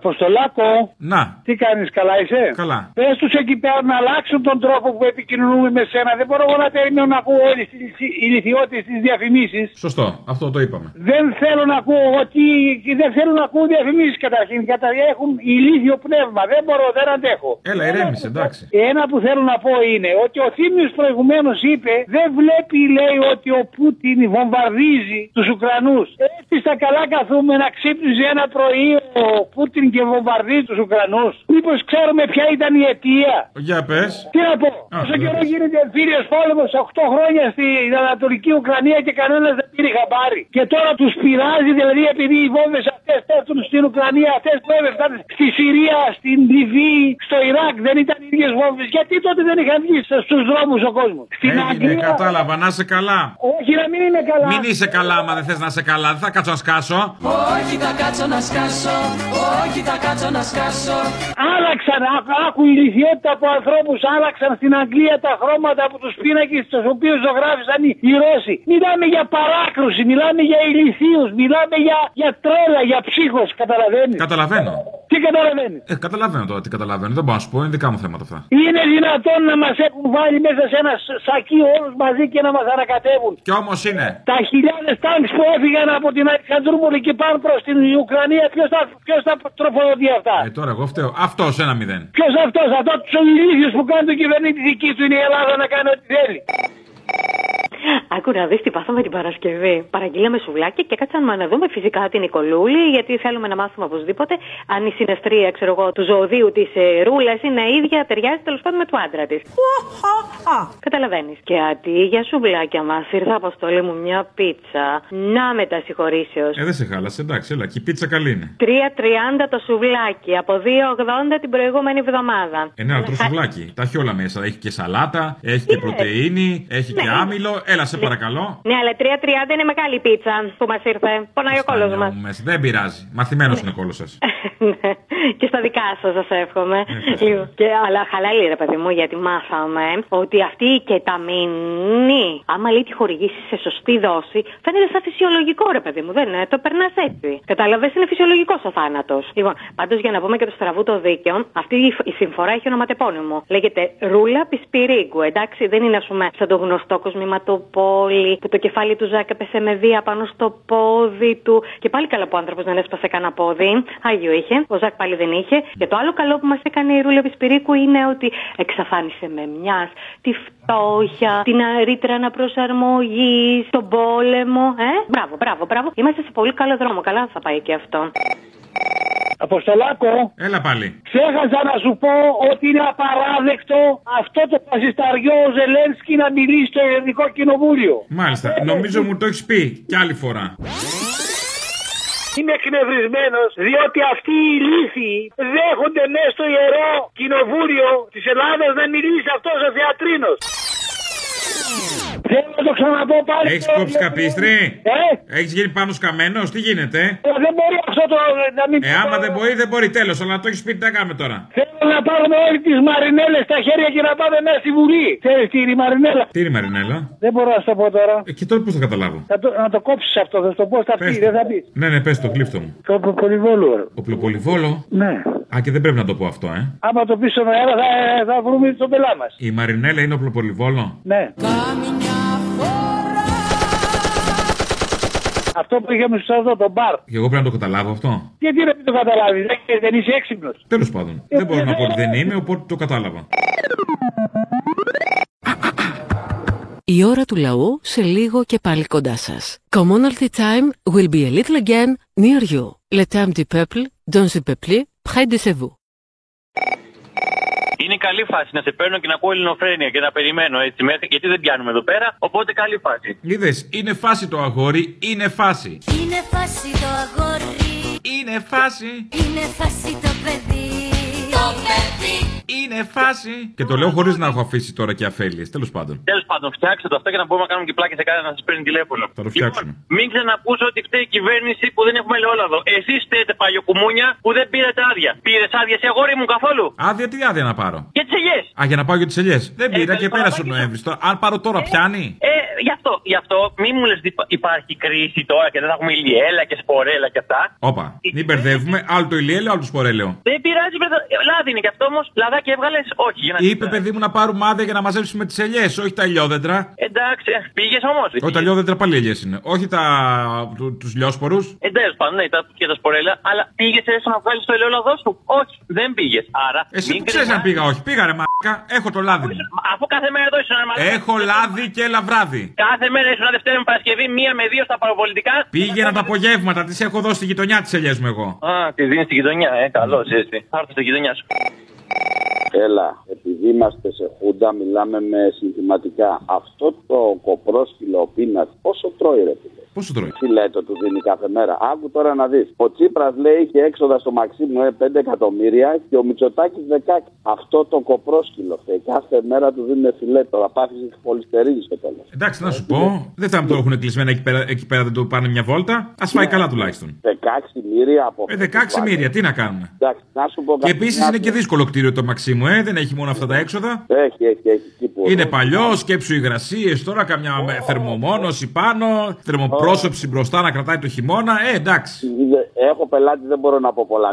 Αποστολάκο, Να. τι κάνεις, καλά είσαι. Καλά. Πες τους εκεί πέρα να αλλάξουν τον τρόπο που επικοινωνούμε με σένα. Δεν μπορώ εγώ να περιμένω να ακούω όλες τις ηλικιότητε τη διαφημίσεις. Σωστό, αυτό το είπαμε. Δεν θέλω να ακούω εγώ τι- τι- δεν θέλω να ακούω διαφημίσεις καταρχήν. Καταρχήν έχουν ηλίθιο πνεύμα. Δεν μπορώ, δεν αντέχω. Έλα, ηρέμησε, εντάξει. Ένα που θέλω να πω είναι ότι ο Θήμιος προηγουμένως είπε δεν βλέπει λέει ότι ο Πούτιν βομβαρδίζει τους Ουκρανούς. Έτσι στα καλά καθούμε να ξύπνησε ένα πρωί ο Πούτιν και βομβαρδίζει τους Ουκρανούς. Μήπως ξέρουμε ποια ήταν η αιτία. Για πες. Τι να πω, όσο καιρό γίνεται εμφύλιος πόλεμος 8 χρόνια στην Ανατολική Ουκρανία και κανένας δεν πήρε χαμπάρι. Και τώρα τους πειράζει δηλαδή επειδή οι βόμβες αυτές πέφτουν στην Ουκρανία, αυτές που έπεφταν στη Συρία, στην Λιβύη, στο Ιράκ δεν ήταν οι ίδιες βόμβες. Γιατί τότε δεν είχαν βγει στους δρόμους ο κόσμος. Στην Έγινε, Αγγλία... κατάλαβα, να είσαι καλά. Όχι να μην είναι καλά. Μην είσαι καλά, άμα δεν θες να είσαι καλά, δεν θα κάτσω να σκάσω. Όχι θα κάτσω να σκάσω, όχι θα κάτσω να σκάσω. Άλλαξαν, άκου, άκου η λιθιότητα από ανθρώπους, άλλαξαν στην Αγγλία τα χρώματα από τους πίνακες του οποίους ζωγράφησαν οι, οι Ρώσοι. Μιλάμε για παράκρουση, μιλάμε για ηλικίους, μιλάμε για, για τρέλα, για ψύχος, καταλαβαίνεις. Καταλαβαίνω. Τι καταλαβαίνεις. Ε, καταλαβαίνω τώρα τι καταλαβαίνω. Δεν μπορώ να σου πω, είναι δικά μου θέματα αυτά. Είναι δυνατόν να μας έχουν βάλει μέσα σε ένα σ- σακί όλους μαζί και να μας ανακατεύουν. Κι όμως είναι. Τα χιλιάδες τάγκς που έφυγαν από την Αλεξανδρούπολη και πάνε προς την Ουκρανία, ποιος θα, ποιος θα τροφοδοτεί αυτά. Ε, τώρα εγώ φταίω. Αυτός ένα μηδέν. Ποιος αυτός, αυτός του ηλίθιου που κάνει τον κυβερνήτη δική του είναι η Ελλάδα να κάνει ό,τι θέλει. Άκου να δεις τι πάθαμε την Παρασκευή. Παραγγείλαμε σουβλάκια και κάτσαμε να δούμε φυσικά την Νικολούλη, γιατί θέλουμε να μάθουμε οπωσδήποτε αν η συναστρία, ξέρω εγώ, του ζωοδίου της ε, Ρούλας είναι ίδια, ταιριάζει τέλος πάντων με του άντρα της. Καταλαβαίνεις. Και αντί για σουβλάκια μας, ήρθα αποστολή μου μια πίτσα. Να με τα συγχωρήσεως. Ε, δεν σε χάλασε, εντάξει, έλα, και η πίτσα καλή είναι. 3.30 το σουβλάκι, από 2.80 την προηγούμενη εβδομάδα. Ε, ναι, αλλά τρως σουβλάκι. Τα έχει όλα μέσα. Έχει και σαλάτα, έχει Ναι. και πρωτεΐνη, έχει και Ναι. άμυλο. Έλα, σε παρακαλώ. Ναι, αλλά 3.30 είναι μεγάλη η πίτσα που μας ήρθε. Πονάει ο κόλος μα. Μέσα. Δεν πειράζει. Μαθημένος είναι ο κόλος σας. Ναι. και στα δικά σας, σας εύχομαι. Ευχαριστώ. Λοιπόν, και, αλλά χαλάλι, ρε παιδί μου, γιατί μάθαμε ότι αυτή η κεταμινή, άμα λέει τη χορηγήσει σε σωστή δόση, φαίνεται σαν φυσιολογικό, ρε παιδί μου. Δεν είναι, το περνάς έτσι. Κατάλαβες, είναι φυσιολογικός ο θάνατος. Λοιπόν, πάντως για να πούμε και το στραβού το δίκαιο, αυτή η φ- η συμφορά έχει ονοματεπώνυμο. Λέγεται Ρούλα Πισπυρίγκου, εντάξει, δεν είναι ας πούμε σαν το γνωστό κοσμηματοπόλι που το κεφάλι του Ζάκ έπεσε με βία πάνω στο πόδι του. Και πάλι καλά που ο άνθρωπος δεν έσπασε κανένα πόδι. Άγιο είχε. Ο Ζακ πάλι δεν είχε. Και το άλλο καλό που μας έκανε η Ρούλα Πισπυρίκου είναι ότι εξαφάνισε με μιας τη φτώχεια, την α- ρήτρα αναπροσαρμογή, τον πόλεμο. Ε? Μπράβο, μπράβο, μπράβο. Είμαστε σε πολύ καλό δρόμο. Καλά θα πάει και αυτό. Αποστολάκο, Έλα πάλι. ξέχασα να σου πω ότι είναι απαράδεκτο αυτό το φασισταριό ο Ζελένσκι να μιλήσει στο ελληνικό κοινοβούλιο. Μάλιστα. Νομίζω μου το έχεις πει κι άλλη φορά. Είμαι εκνευρισμένος διότι αυτοί οι λύθοι δέχονται μέσα στο ιερό κοινοβούλιο της Ελλάδα να μιλήσει αυτός ο θεατρίνος. Δεν θα το ξαναπώ πάλι. Έχεις κόψει καπίστρι. Ε? Έχεις γίνει πάνω σκαμμένος, τι γίνεται. ε? Ε, Δεν μπορεί αυτό το, να μην Ε, άμα δεν μπορεί, δεν μπορεί. Τέλος, αλλά το έχεις πει, τι να κάνουμε τώρα. Θέλω να πάρουμε όλοι τις μαρινέλες στα χέρια και να πάμε μέσα στη Βουλή. Ξέρει τι είναι η μαρινέλα. Τι είναι η Μαρινέλα. Δεν μπορώ να σου το πω τώρα. Ε, και τώρα πώς θα καταλάβω. Θα το, να το κόψεις αυτό, θα σου το πω στα πει, δεν θα πεις. Ναι, ναι, πες το κλείπτο μου. Το Πολυβόλο. Ο Πλοπολιβόλο. Ναι. Α, και δεν πρέπει να το πω αυτό, ε. Άμα το πεις στον αέρα, θα, θα βρούμε τον πελά μας. Η Μαρινέλα είναι ο Πλοπολιβόλο. Ναι. Αυτό που είχαμε στο εδώ, τον μπαρ. Και εγώ πρέπει να το καταλάβω αυτό. Γιατί να μην το καταλάβεις, δεν, δεν είσαι έξυπνος. Τέλος πάντων. Δεν μπορώ να πω ότι δεν είμαι, οπότε το κατάλαβα. Η ώρα του λαού σε λίγο και πάλι κοντά σας. Commonalty time will be a little again near you. Le temps du peuple, dans le peuple, près de chez vous. Είναι καλή φάση να σε παίρνω και να ακούω ελληνοφρένεια και να περιμένω έτσι μέσα, γιατί δεν πιάνουμε εδώ πέρα. Οπότε καλή φάση. Είδες, είναι φάση το αγόρι, είναι φάση. Είναι φάση το αγόρι. Είναι φάση. Είναι φάση το παιδί. Το παιδί. Είναι φάση. Και το λέω χωρίς να έχω αφήσει τώρα και αφέλειες. Τέλος πάντων. Τέλος πάντων, φτιάξτε το αυτό και να μπορούμε να κάνουμε και πλάκες σε κάτι να σας παίρνει τηλέφωνο. Θα το φτιάξουμε. Μην ξαναπούσω ότι φταίει η κυβέρνηση που δεν έχουμε ελαιόλαδο. Εσείς φταίτε παλιοκουμούνια που δεν πήρατε άδεια. Πήρες άδεια σε αγόρι μου καθόλου. Άδεια, τι άδεια να πάρω. Και τις ελιές. Α, για να πάω για τις ελιές. Ε, Δεν πήρα και πέρασε ο Νοέμβρη. Τώρα, Αν πάρω τώρα, πιάνει. Ε, γι' αυτό, γι' αυτό μην μου λες ότι υπα- υπάρχει κρίση τώρα και δεν θα έχουμε ηλιέλα και σπορέλα και αυτά. Όπα, μην μπερδεύουμε. Άλλο το ηλιέλαιο, άλλο το σπορέλαιο. Δεν πειράζει, παιδε... λάδι είναι και αυτό όμως. Λαδάκι έβγαλες, όχι. Για να... Είπε παιδί μου να πάρουμε άδεια για να μαζέψουμε τις ελιές, όχι τα ηλιόδεντρα. Εντάξει, πήγες όμως. Όχι τα ηλιόδεντρα πάλι ελιές είναι. Όχι τα... του λιόσπορους. Ε, τέλος πάντων, ναι, τα και τα σπορέλα, αλλά πήγε έστω να βγάλεις το ελαιόλαδό σου. Όχι, δεν πήγες. Άρα. Εσύ μην που ξέρει αν κρινάς. πήγα, όχι. Πήγα ρε μακα, έχω το λάδι μου. Αφού κάθε μέρα εδώ ήσουν ένα μαλάκα. Έχω λάδι και λαβράδι. Κάθε μέρα ήσουν Δευτέρα με Παρασκευή, μία με δύο στα παραπολιτικά. Πήγαινα τα απογεύματα, τις έχω δώσει στη γειτονιά τις ελιές μου εγώ. Ε, Α, τη δίνεις στην γειτονιά, ε, καλό έτσι. Θα έρθει στη γειτονιά σου. Έλα, επειδή είμαστε σε χούντα, μιλάμε με συνθηματικά. Αυτό το κοπρόσκυλο πίνας, πόσο τρώει ρε φίλε. Πόσο τρώει. Τι λέει το του δίνει κάθε μέρα. Άκου τώρα να δεις. Ο Τσίπρας λέει είχε έξοδα στο Μαξίμου ε, 5 εκατομμύρια και ο Μητσοτάκης 16. Αυτό το κοπρόσκυλο φταίει. Κάθε μέρα του δίνουν φιλέτο. Θα πάθει τη πολυστερίνη στο τέλος. Εντάξει, να σου πω, δεν θα μου το έχουν κλεισμένα εκεί πέρα, εκεί πέρα δεν το πάνε μια βόλτα. Ας Ναι. φάει καλά τουλάχιστον. 16 μύρια από Ε, 16 μύρια, τι να κάνουμε. Εντάξει, να σου πω Και κάτι. επίσης Να- είναι και δύσκολο κτίριο το Μαξίμου, ε, δεν έχει μόνο αυτά τα έξοδα. Έχει, έχει, έχει. Κύπουρο. Είναι παλιό, σκέψου υγρασίες, τώρα καμιά με- θερμομόνωση πάνω, θερμοπρόσωψη μπροστά να κρατάει το χειμώνα. Ε, εντάξει. Έχω πελάτη, δεν μπορώ να πω πολλά.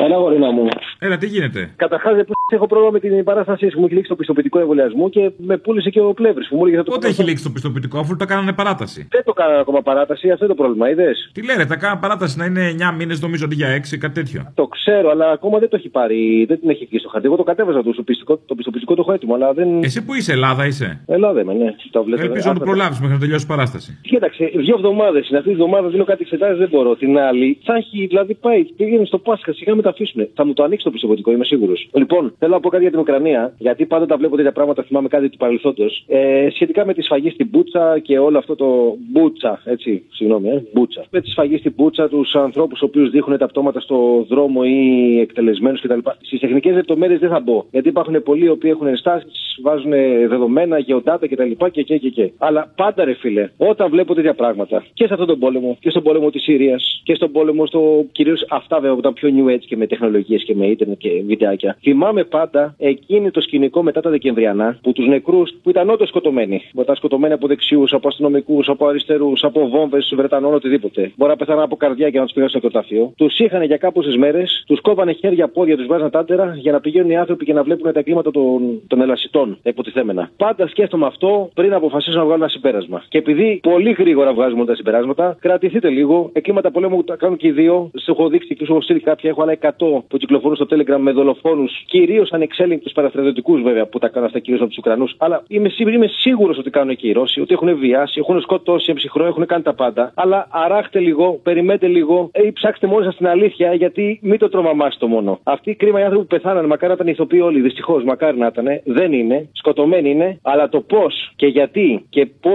Ένα γορίνα μου. Έλα, τι γίνεται. Καταρχάς, δεν έχω πρόβλημα με την παράστασή σου. Μου έχει λήξει το πιστοποιητικό εμβολιασμού και με πούλησε και ο πλεύρης που μου έλεγε θα το Πότε έχει λήξει το πιστοποιητικό, αφού τα κάνανε παράταση. Δεν το κάνω ακόμα παράταση, αυτό είναι το πρόβλημα, είδες. Τι λένε, τα κάνανε παράταση να είναι 9 μήνες, νομίζω αντί για 6, κάτι τέτοιο. Το ξέρω, αλλά ακόμα δεν το έχει πάρει. Δεν την έχει βγει στο χαρτί. Εγώ το κατέβαζα το πιστοποιητικό, το πιστοποιητικό το έχω έτοιμο, αλλά δεν. Εσύ που είσαι, Ελλάδα είσαι. Ελλάδα είμαι, ναι. Το βλέπω. Ελπίζω να το Άστατε. προλάβεις μέχρι να τελειώσει η παράσταση. Κοίταξε, δύο εβδομάδες είναι. Αυτή τη εβδομάδα δίνω κάτι εξετάζει, δεν μπορώ. Την άλλη θα έχει, δηλαδή πάει, πήγαινε στο Πάσχα, σιγά με τα αφήσουν. Θα μου το ανοίξει το πιστοποιητικό, είμαι σίγουρος. Λοιπόν, θέλω να πω κάτι για την Ουκρανία, γιατί πάντα τα βλέπω τέτοια πράγματα, θυμάμαι κάτι του παρελθόντος. Ε, σχετικά με τη σφαγή στην Μπούτσα και όλο αυτό το. Μπούτσα, έτσι, συγγνώμη, ε, Μπούτσα. Με τη σφαγή στην Μπούτσα, τους ανθρώπους οποίους δείχνουν τα πτώματα στο δρόμο ή εκτελεσμένους κτλ. Στις τεχνικές λεπτομέρειες δεν θα μπω, γιατί υπάρχουν πολλοί οι οποίοι έχουν ενστάσεις, βάζουν ε, δεδομένα, γεωτάτα κτλ. Και, και, και, και. Αλλά πάντα ρε φίλε, όταν βλέπω τέτοια πράγματα και σε αυτόν τον πόλεμο και στον πόλεμο της Συρίας και στον πόλεμο, στο κυρίως αυτά βέβαια που ήταν πιο new age και με τεχνολογίες και με ίντερνετ και βιντεάκια. Θυμάμαι πάντα εκείνη το σκηνικό μετά τα Δεκεμβριανά που τους νεκρούς που ήταν όντως σκοτωμένοι. Μπορεί να ήταν σκοτωμένοι από δεξιούς, από αστυνομικούς, από αριστερούς, από βόμβες, Βρετανών, οτιδήποτε. Μπορεί να πεθάναν από καρδιά και να τους πήγαν στο νεκροταφείο. Τους είχαν για κάποιες μέρες, τους κόβανε χέρια-πόδια, του βάζαν τάντερα για να πηγαίνουν οι άνθρωποι και να βλέπουν τα κλίματα των, των ελασιτών, τα υποτιθέμενα. Πάντα σκέφτομαι αυτό πριν αποφασίσω να βγάλω ένα συμπέρασμα. Και επειδή πολύ γρήγορα βγάζουμε τα συμπεράσματα, κρατηθείτε λίγο. Εκκλήματα πολέμου τα κάνουν και οι δύο. Σε έχω δείξει και σου έχω στείλει κάποια. Έχω άλλα 100 που κυκλοφορούν στο Telegram με δολοφόνους, κυρίως ανεξέλεγκτου παραστρατιωτικούς βέβαια που τα κάνουν αυτά κυρίως από τους Ουκρανούς. Αλλά είμαι, σίγου- είμαι σίγουρος ότι κάνουν και οι Ρώσοι, ότι έχουν βιάσει, έχουν σκοτώσει εμψυχρό, έχουν κάνει τα πάντα. Αλλά αράχτε λίγο, περιμένετε λίγο ε, ή ψάξτε μόνοι σας την αλήθεια, γιατί μην το τρομαμάστε το μόνο. Αυτοί οι κρίμα οι άνθρωποι που πεθάνανε, μακάρι να ήταν ηθοποιοί όλοι, δυστυχώς, μακάρι να ήταν, δεν είναι, σκοτωμένοι είναι, αλλά το πώς και γιατί και πώς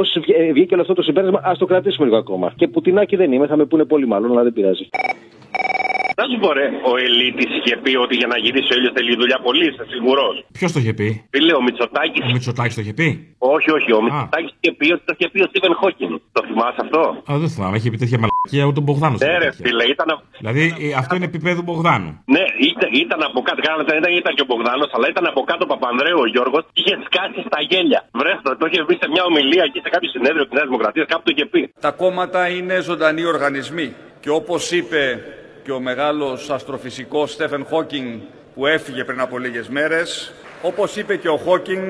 βγήκε όλο αυτό το συμπέρασμα, ας το κρατήσουμε λίγο ακόμα. Και πουτινάκι δεν είμαι, θα με πούνε πολύ μάλλον, αλλά δεν πειράζει. Να σου πω, ρε, ο Ελίτης είχε πει ότι για να γυρίσει ο ήλιος θέλει δουλειά πολύ, είσαι σίγουρος. Ποιος το είχε πει. Φίλε, ο Μητσοτάκης. Ο Μητσοτάκης το είχε πει. Όχι, όχι, ο Μητσοτάκης είχε πει ότι το είχε πει ο Στίβεν Χόκκιν. Το θυμάσαι αυτό. Α, δεν θυμάμαι, είχε πει τέτοια μαλακία ούτε ο Μπογδάνος. Ναι, ρε, φίλε, ήταν. Δηλαδή ε, αυτό είναι επίπεδο Μπογδάνου. Ναι, ήταν, ήταν από κάτω. Καλά, δεν ήταν, ήταν και ο Μπογδάνος, αλλά ήταν από κάτω ο Παπανδρέου ο Γιώργος. Είχε σκάσει στα γέλια. Βρέστο, το είχε πει σε μια ομιλία εκεί σε κάποιο συνέδριο της Νέας Δημοκρατίας, κάπου το είχε πει. Τα κόμματα είναι ζωντανοί οργανισμοί. Και όπως είπε και ο μεγάλος αστροφυσικός Στέφεν Χόκινγκ που έφυγε πριν από λίγες μέρες, όπως είπε και ο Χόκινγκ,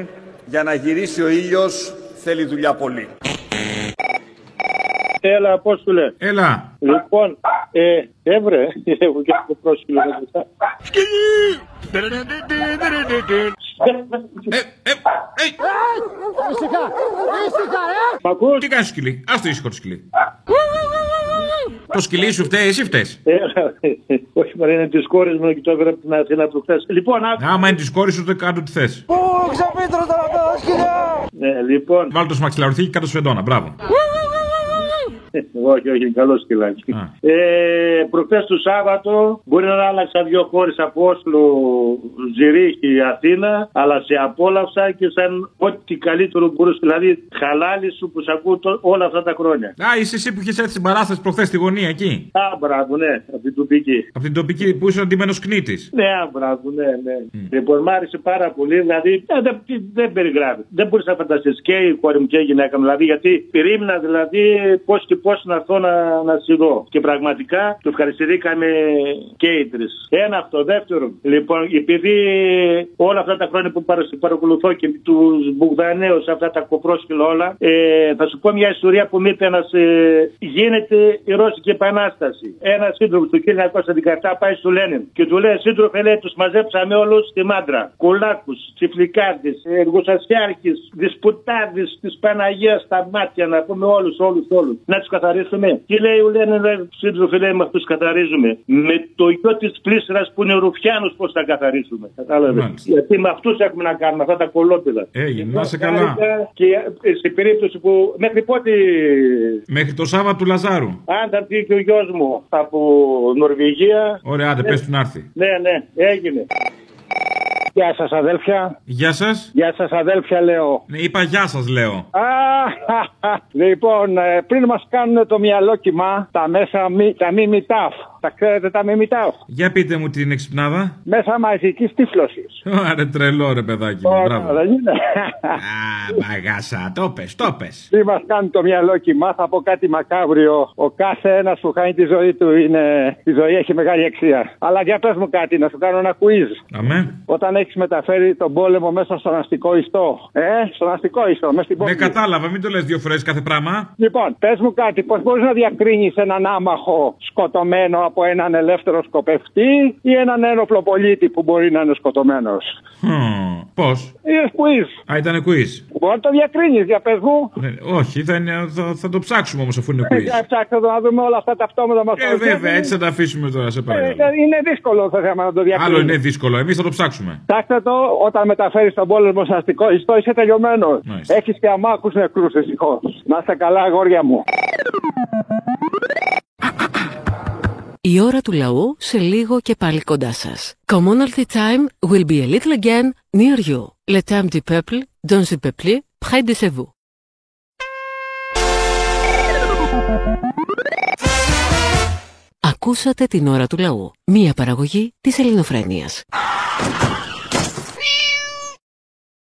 για να γυρίσει ο ήλιος θέλει δουλειά πολύ. Έλα, Απόστολε. Έλα. Λοιπόν, ε, έβρε, έχω και το πρόσφυγε μετά. Ήσυχα, ήσυχα, ε! Μ' ακούς? Τι κάνεις σκυλί. Ας το ήσυχο το σκυλί. Το σκυλί σου φταίει, εσύ φταίεις. Έλα, ε, όχι, μωρέ, είναι τη κόρη μου και το έβρε από την Αθήνα που χθε. Λοιπόν, άκου. Άμα είναι τη κόρη σου, το κάτω τι θες. Πού ξαπίτρω τώρα το σκυλιά! Ναι, λοιπόν. Βάλ το σμαξιλαρωθεί και κάτω σφεντόνα. Μπράβο. Ε, όχι, όχι, είναι καλό σκυλάκι. Ε, Προχθές το Σάββατο μπορεί να άλλαξα δύο χώρες από Όσλο, Ζηρίχη, Αθήνα, αλλά σε απόλαυσα και σαν ό,τι καλύτερο μπορούσε. Δηλαδή, χαλάλι σου που σε ακούω τό- όλα αυτά τα χρόνια. Α, είσαι εσύ που είχες έρθει στην παράσταση προχθές στη γωνία εκεί. Α, μπράβο, ναι, από την τοπική. Από την τοπική που είσαι αντιμένο κνήτης. Ναι, α, μπράβο, ναι, ναι. Λοιπόν, μ' άρεσε πάρα πολύ, δηλαδή ε, δεν, δεν περιγράφει. Δεν μπορούσα να φανταστείς και η κόρη μου και η γυναίκα μου, δηλαδή, γιατί περίμενα δηλαδή πώς και πώ να έρθω να, να σε δω. Και πραγματικά το ευχαριστηθήκαμε και οι τρεις. Ένα αυτό. Δεύτερο, λοιπόν, επειδή όλα αυτά τα χρόνια που παρα- παρακολουθώ και τους Μπουγδανέου, αυτά τα κοπρόσκυλα όλα, ε, θα σου πω μια ιστορία που μου είπε ένας. Ε, γίνεται η Ρώσικη Επανάσταση. Ένα σύντροφος του 1917 πάει στο Λένιν και του λέει: Σύντροφε, λέει, τους μαζέψαμε όλους στη μάντρα. Κουλάκου, τσιφλικάρδε, εργοσασιάρχε, δισπουτάδε της Παναγίας στα μάτια, να πούμε όλους, όλους, όλους. Να του καθαρίσουμε. Και λέει: Ο Λένιν, λέει, σύντροφε, λέει, με αυτούς καθαρίζουμε. Με το γιο της πλήσρας που είναι Ρουφιάνος, πώς θα καθαρίσουμε. Κατάλαβες. Μάλιστα. Γιατί με αυτούς έχουμε να κάνουμε, αυτά τα κολόπεδα. Έγινε, Ε, να είσαι καλά. Και ε, σε περίπτωση που μέχρι πότε Μέχρι το Σάββατο του Λαζάρου. αν θα έρθει και ο γιος μου από Νορβηγία. Ωραία, άντε, πες του να έρθει. Ναι, ναι, έγινε. Γεια σας αδέλφια. Γεια σας. Γεια σας, αδέλφια, λέω. Ναι, είπα γεια σας, λέω. Α, λοιπόν, ε, πριν μας κάνουν το μυαλό κοιμά, τα μέσα μη, τα μη ταφ. Τα ξέρετε τα μη ταφ. Για πείτε μου την εξυπνάδα. Μέσα μαζικής τύφλωσης. Άρα τρελό ρε παιδάκι μου, Ωραία, μπράβο. δεν είναι. Α, μπαγάσα, το πες, το πες. Τι μας κάνει το μυαλό κοιμά, θα πω κάτι μακάβριο. Ο κάθε ένας που χάνει τη ζωή του είναι... Η ζωή έχει μεγάλη αξία. Αλλά για πες μου κάτι, να σου κάνω ένα quiz. Αμέ. Όταν έχεις μεταφέρει τον πόλεμο μέσα στον αστικό ιστό. Ε, στον αστικό ιστό, μέσα στην πόλη. Ναι, κατάλαβα, μην το λες δύο φορές κάθε πράγμα. Λοιπόν, πες μου κάτι, πώς μπορείς να διακρίνεις έναν άμαχο σκοτωμένο από έναν ελεύθερο σκοπευτή ή έναν ένοπλο πολίτη που μπορεί να είναι σκοτωμένος. Χμ, Πώς. Είναι quiz. Α, ήταν quiz. Μπορεί να το διακρίνεις, για πες μου. Ναι, όχι, θα, είναι- θα, θα το ψάξουμε όμως αφού είναι Ε, quiz. Για ψάξτε το να δούμε όλα αυτά τα αυτόματα μας. Ε, βέβαια, έτσι θα τα αφήσουμε τώρα, σε παρακαλώ. Ε, Είναι δύσκολο το θέμα να το Άλλο είναι διακρίνει. δύσκολο, εμείς θα το ψάξουμε. Ψάξτε το όταν μεταφέρεις τον πόλεμο στο αστικό ιστό, είσαι τελειωμένος. Έχεις και αμάκους νεκρούς, δυστυχώ. Να είστε καλά, αγόρια μου. Η ώρα του λαού σε λίγο και πάλι κοντά σας. Commonalty time will be a little again near you. Le temps du peuple, dans le peuple, près de chez vous. Ακούσατε την ώρα του λαού. Μία παραγωγή της ελληνοφρένειας.